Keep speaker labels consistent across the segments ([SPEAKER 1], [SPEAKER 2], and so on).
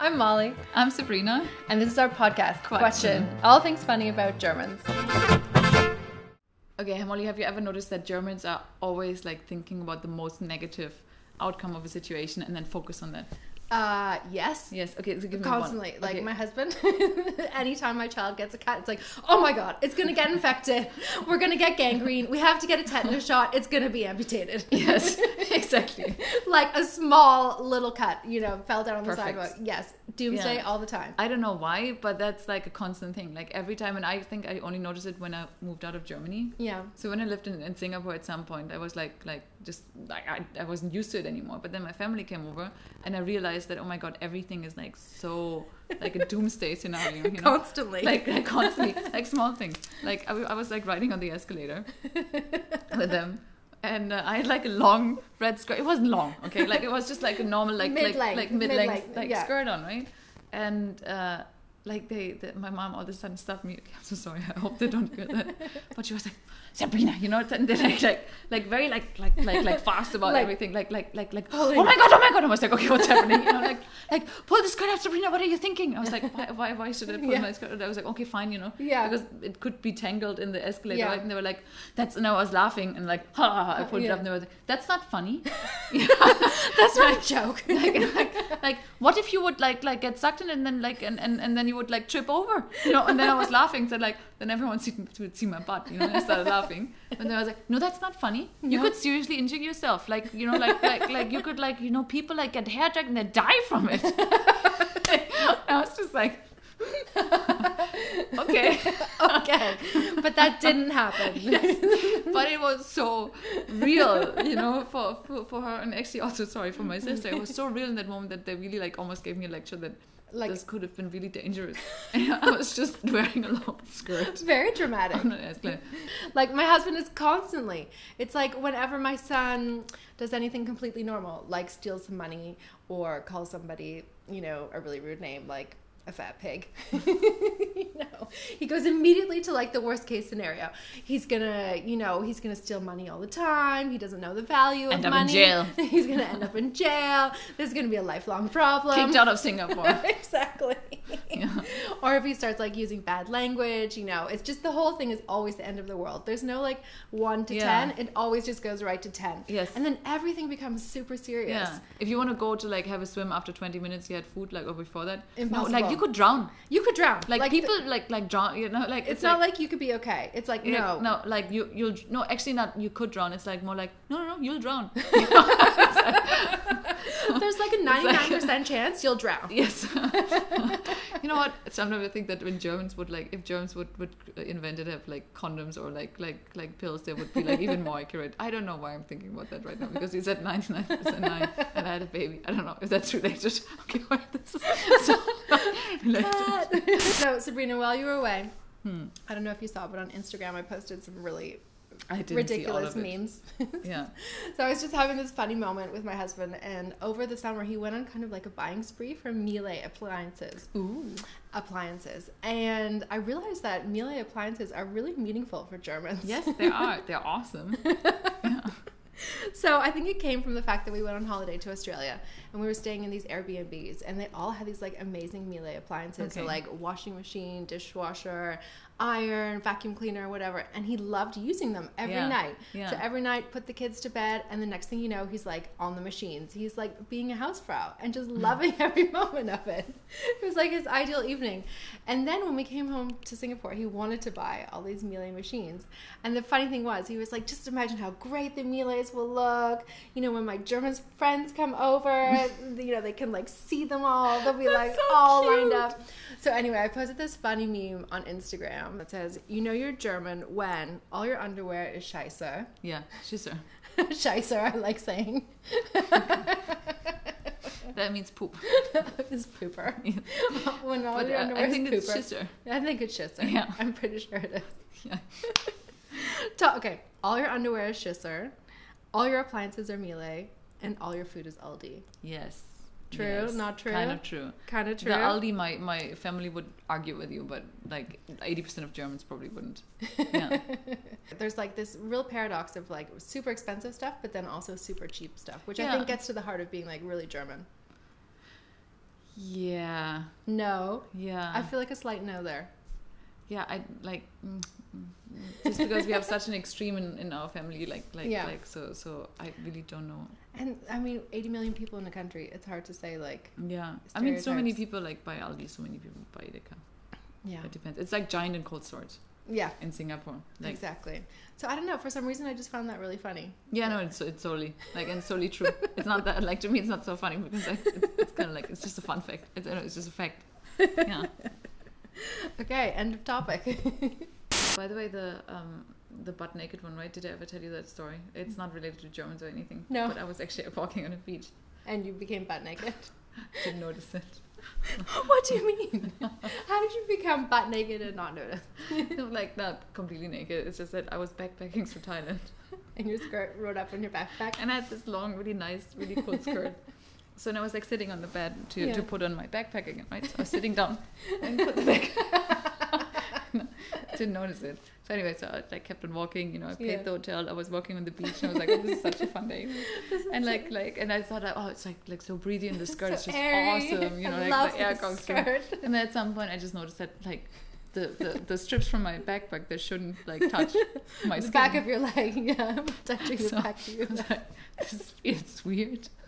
[SPEAKER 1] I'm Molly,
[SPEAKER 2] I'm Sabrina.
[SPEAKER 1] and this is our podcast, Question,
[SPEAKER 2] Question.
[SPEAKER 1] All Things Funny About Germans.
[SPEAKER 2] Okay, Molly, have you ever noticed that Germans are always like thinking about the most negative outcome of a situation and then focus on that?
[SPEAKER 1] Uh, yes.
[SPEAKER 2] Yes. Okay. So give
[SPEAKER 1] Constantly.
[SPEAKER 2] me one.
[SPEAKER 1] Like
[SPEAKER 2] Okay.
[SPEAKER 1] my husband, anytime my child gets a cat, it's like, oh my God, it's going to get infected. We're going to get gangrene. We have to get a tetanus shot. It's going to be amputated.
[SPEAKER 2] yes, exactly.
[SPEAKER 1] like a small little cut, you know, fell down on the
[SPEAKER 2] Perfect.
[SPEAKER 1] sidewalk. Yes. Doomsday
[SPEAKER 2] Yeah.
[SPEAKER 1] all the time.
[SPEAKER 2] I don't know why, but that's like a constant thing. Like every time, and I think I only noticed it when I moved out of Germany.
[SPEAKER 1] Yeah.
[SPEAKER 2] So when I lived in, in Singapore at some point, I was like, like just like I, I wasn't used to it anymore. But then my family came over, and I realized that oh my god, everything is like so like a doomsday scenario. You know,
[SPEAKER 1] Constantly.
[SPEAKER 2] like, like constantly, like small things. Like I, w- I was like riding on the escalator with them. And uh, I had like a long red skirt. It wasn't long, okay? Like it was just like a normal, like
[SPEAKER 1] Mid-length,
[SPEAKER 2] like like mid-length
[SPEAKER 1] mid-length,
[SPEAKER 2] like
[SPEAKER 1] yeah.
[SPEAKER 2] skirt on, right? And uh, like they, the, my mom all of a sudden stuffed me. Okay, I'm so sorry. I hope they don't get that. But she was like, Sabrina, you know, and they're like like like very like like like like fast about
[SPEAKER 1] Like-
[SPEAKER 2] everything. Like like like like.
[SPEAKER 1] Holding-
[SPEAKER 2] Oh my god! Oh my god! I was like, okay, what's happening? You know, like like pull the skirt up, Sabrina. What are you thinking? I was like, why why, why should I pull
[SPEAKER 1] Yeah.
[SPEAKER 2] my skirt? And I was like, okay, fine, you know,
[SPEAKER 1] Yeah.
[SPEAKER 2] because it could be tangled in the escalator.
[SPEAKER 1] Yeah.
[SPEAKER 2] Right? And they were like, that's. And I was laughing and like, ha! ha, ha I pulled it
[SPEAKER 1] Yeah.
[SPEAKER 2] up. And they were like, that's not funny.
[SPEAKER 1] That's not a joke.
[SPEAKER 2] like, like, like, what if you would like like get sucked in and then like and, and, and then you would like trip over, you know? And then I was laughing, so like then everyone see, would see my butt, you know? And I started laughing, and then I was like, no, that's not funny. You
[SPEAKER 1] No.
[SPEAKER 2] could seriously injure yourself, like you know, like like like you could like you know people like get hijacking and they die from it. I was just like, okay,
[SPEAKER 1] okay. But that didn't happen.
[SPEAKER 2] but it was so real, you know, for, for for her, and actually also sorry for my sister. It was so real in that moment that they really like almost gave me a lecture that.
[SPEAKER 1] Like,
[SPEAKER 2] this could have been really dangerous. And I was just wearing a long skirt
[SPEAKER 1] it's very dramatic.
[SPEAKER 2] on an escalator.
[SPEAKER 1] Like my husband is constantly. It's like whenever my son does anything completely normal, like steals some money or calls somebody, you know, a really rude name, like a fat pig. you know, he goes immediately to like the worst case scenario. He's gonna, you know, he's gonna steal money all the time. He doesn't know the value
[SPEAKER 2] End
[SPEAKER 1] of
[SPEAKER 2] up in
[SPEAKER 1] money.
[SPEAKER 2] jail.
[SPEAKER 1] He's gonna end up in jail. This is gonna be a lifelong problem.
[SPEAKER 2] Kicked out of Singapore.
[SPEAKER 1] exactly.
[SPEAKER 2] Yeah.
[SPEAKER 1] Or if he starts like using bad language, you know, it's just the whole thing is always the end of the world. There's no like one to
[SPEAKER 2] Yeah.
[SPEAKER 1] ten. It always just goes right to ten.
[SPEAKER 2] Yes.
[SPEAKER 1] And then everything becomes super serious.
[SPEAKER 2] Yeah. If you want to go to like have a swim after 20 minutes, you had food like or before that.
[SPEAKER 1] Impossible.
[SPEAKER 2] No, like you could drown.
[SPEAKER 1] You could drown.
[SPEAKER 2] Like,
[SPEAKER 1] the-
[SPEAKER 2] people like like drown. You know, like
[SPEAKER 1] it's, not like, you could be okay. It's like
[SPEAKER 2] yeah,
[SPEAKER 1] no.
[SPEAKER 2] no, like you, you'll no. Actually, not you could drown. It's like more like no, no, no. You'll drown.
[SPEAKER 1] There's like a ninety nine percent chance you'll drown.
[SPEAKER 2] Yes. you know what? Sometimes I think that when Germans would like, if Germans would would invent it, have like condoms or like like like pills, they would be like even more accurate. I don't know why I'm thinking about that right now because you said 99 percent nine, and I had a baby. I don't know if that's related. Okay, why this is so related.
[SPEAKER 1] Cut. so Sabrina, while you were away,
[SPEAKER 2] Hmm.
[SPEAKER 1] I don't know if you saw, but on Instagram I posted some really
[SPEAKER 2] I didn't
[SPEAKER 1] ridiculous
[SPEAKER 2] see all of it.
[SPEAKER 1] memes.
[SPEAKER 2] Yeah.
[SPEAKER 1] So I was just having this funny moment with my husband, and over the summer he went on kind of like a buying spree for Miele appliances.
[SPEAKER 2] Ooh.
[SPEAKER 1] Appliances, and I realized that Miele appliances are really meaningful for Germans.
[SPEAKER 2] Yes, they are. They're awesome.
[SPEAKER 1] So I think it came from the fact that we went on holiday to Australia, and we were staying in these Airbnbs, and they all had these like amazing Miele appliances, so
[SPEAKER 2] Okay.
[SPEAKER 1] like washing machine, dishwasher, iron, vacuum cleaner, whatever. And he loved using them every
[SPEAKER 2] Yeah.
[SPEAKER 1] night.
[SPEAKER 2] Yeah.
[SPEAKER 1] So every night, put the kids to bed, and the next thing you know, he's like on the machines. He's like being a housefrau and just loving every moment of it. It was like his ideal evening. And then when we came home to Singapore, he wanted to buy all these Miele machines. And the funny thing was, he was like, just imagine how great the Miele's will look. You know, when my German friends come over, you know, they can like see them all. They'll be like
[SPEAKER 2] so
[SPEAKER 1] all lined
[SPEAKER 2] cute.
[SPEAKER 1] up. So anyway, I posted this funny meme on Instagram that says, "You know you're German when all your underwear is scheiße."
[SPEAKER 2] Yeah, she's her.
[SPEAKER 1] scheiße, I like saying.
[SPEAKER 2] That means poop.
[SPEAKER 1] it's pooper. when all
[SPEAKER 2] But
[SPEAKER 1] your
[SPEAKER 2] uh,
[SPEAKER 1] underwear
[SPEAKER 2] I think
[SPEAKER 1] is
[SPEAKER 2] it's
[SPEAKER 1] pooper.
[SPEAKER 2] schisser.
[SPEAKER 1] I think it's schisser.
[SPEAKER 2] Yeah.
[SPEAKER 1] I'm pretty sure it is.
[SPEAKER 2] Yeah.
[SPEAKER 1] Ta- okay, all your underwear is schisser, all your appliances are Miele, and all your food is Aldi.
[SPEAKER 2] Yes.
[SPEAKER 1] True,
[SPEAKER 2] Yes.
[SPEAKER 1] not true?
[SPEAKER 2] Kind of true.
[SPEAKER 1] Kind of true.
[SPEAKER 2] The Aldi, my, my family would argue with you, but like 80% of Germans probably wouldn't. Yeah.
[SPEAKER 1] There's like this real paradox of like super expensive stuff, but then also super cheap stuff, which I
[SPEAKER 2] Yeah.
[SPEAKER 1] think gets to the heart of being like really German.
[SPEAKER 2] yeah.
[SPEAKER 1] No.
[SPEAKER 2] Yeah.
[SPEAKER 1] I feel like a slight no there.
[SPEAKER 2] yeah i like mm, mm, mm. just because we have such an extreme in, in our family like like
[SPEAKER 1] Yeah.
[SPEAKER 2] like so so i really don't know
[SPEAKER 1] And I mean, 80 million people in the country, it's hard to say, like,
[SPEAKER 2] yeah i mean so many
[SPEAKER 1] Stereotypes.
[SPEAKER 2] people like buy aldi so many people buy Edeka.
[SPEAKER 1] yeah.
[SPEAKER 2] it depends it's like giant and cold storage
[SPEAKER 1] Yeah,
[SPEAKER 2] in singapore like
[SPEAKER 1] exactly. So I don't know. For some reason, I just found that really funny.
[SPEAKER 2] yeah no it's it's solely like and solely true it's not that like to me it's not so funny because like it's, it's kind of like it's just a fun fact it's, I don't know, it's just a fact yeah
[SPEAKER 1] Okay, end of topic.
[SPEAKER 2] by the way the um the butt naked one right did i ever tell you that story it's not related to germans or anything
[SPEAKER 1] No.
[SPEAKER 2] but i was actually walking on a beach
[SPEAKER 1] and you became butt naked.
[SPEAKER 2] didn't notice it
[SPEAKER 1] what do you mean? How did you become butt naked and not notice?
[SPEAKER 2] I'm like not completely naked. It's just that I was backpacking through Thailand,
[SPEAKER 1] And your skirt rolled up in your backpack.
[SPEAKER 2] and I had this long, really nice, really cool skirt. So and I was like sitting on the bed to,
[SPEAKER 1] Yeah.
[SPEAKER 2] to put on my backpack again, right? So I was sitting down and put the back. Didn't notice it. So anyway, so I like kept on walking. You know, I paid
[SPEAKER 1] Yeah.
[SPEAKER 2] the hotel. I was walking on the beach. And I was like, "Oh, this is such a fun day. and like like, and I thought, like, oh, it's like like so breezy, and the skirt is
[SPEAKER 1] So
[SPEAKER 2] just
[SPEAKER 1] airy.
[SPEAKER 2] awesome. You know,
[SPEAKER 1] I
[SPEAKER 2] like
[SPEAKER 1] love
[SPEAKER 2] the air
[SPEAKER 1] this
[SPEAKER 2] comes through.
[SPEAKER 1] skirt.
[SPEAKER 2] And then at some point, I just noticed that like the, the, the strips from my backpack that shouldn't like touch my
[SPEAKER 1] the
[SPEAKER 2] skin.
[SPEAKER 1] back of your leg, yeah, touching the
[SPEAKER 2] So-
[SPEAKER 1] back of your
[SPEAKER 2] I was like, this feels weird.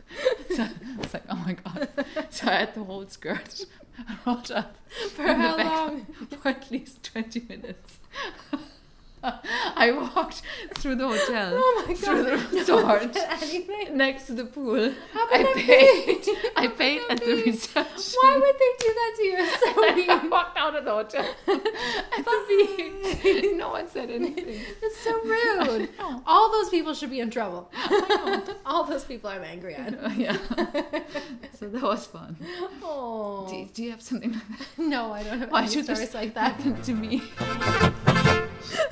[SPEAKER 2] So I was like, oh my god. So I had the whole skirt rolled up
[SPEAKER 1] For
[SPEAKER 2] in the
[SPEAKER 1] how
[SPEAKER 2] back.
[SPEAKER 1] long?
[SPEAKER 2] for at least twenty minutes. I walked through the hotel
[SPEAKER 1] Oh my
[SPEAKER 2] Through the
[SPEAKER 1] god!
[SPEAKER 2] resort.
[SPEAKER 1] anything?
[SPEAKER 2] next to the pool.
[SPEAKER 1] How could
[SPEAKER 2] I
[SPEAKER 1] that
[SPEAKER 2] paid.
[SPEAKER 1] be?
[SPEAKER 2] I paid at the reception.
[SPEAKER 1] Why would they do that to you? It's so
[SPEAKER 2] I
[SPEAKER 1] mean.
[SPEAKER 2] walked out of the hotel at the beach. No one said anything.
[SPEAKER 1] It's so rude.
[SPEAKER 2] Oh.
[SPEAKER 1] All those people should be in trouble. All those people I'm angry at.
[SPEAKER 2] yeah. So that was fun.
[SPEAKER 1] Oh
[SPEAKER 2] Do, do you have something like
[SPEAKER 1] no, I don't have
[SPEAKER 2] Why
[SPEAKER 1] any
[SPEAKER 2] do this
[SPEAKER 1] stories like
[SPEAKER 2] that
[SPEAKER 1] that.
[SPEAKER 2] happened to me?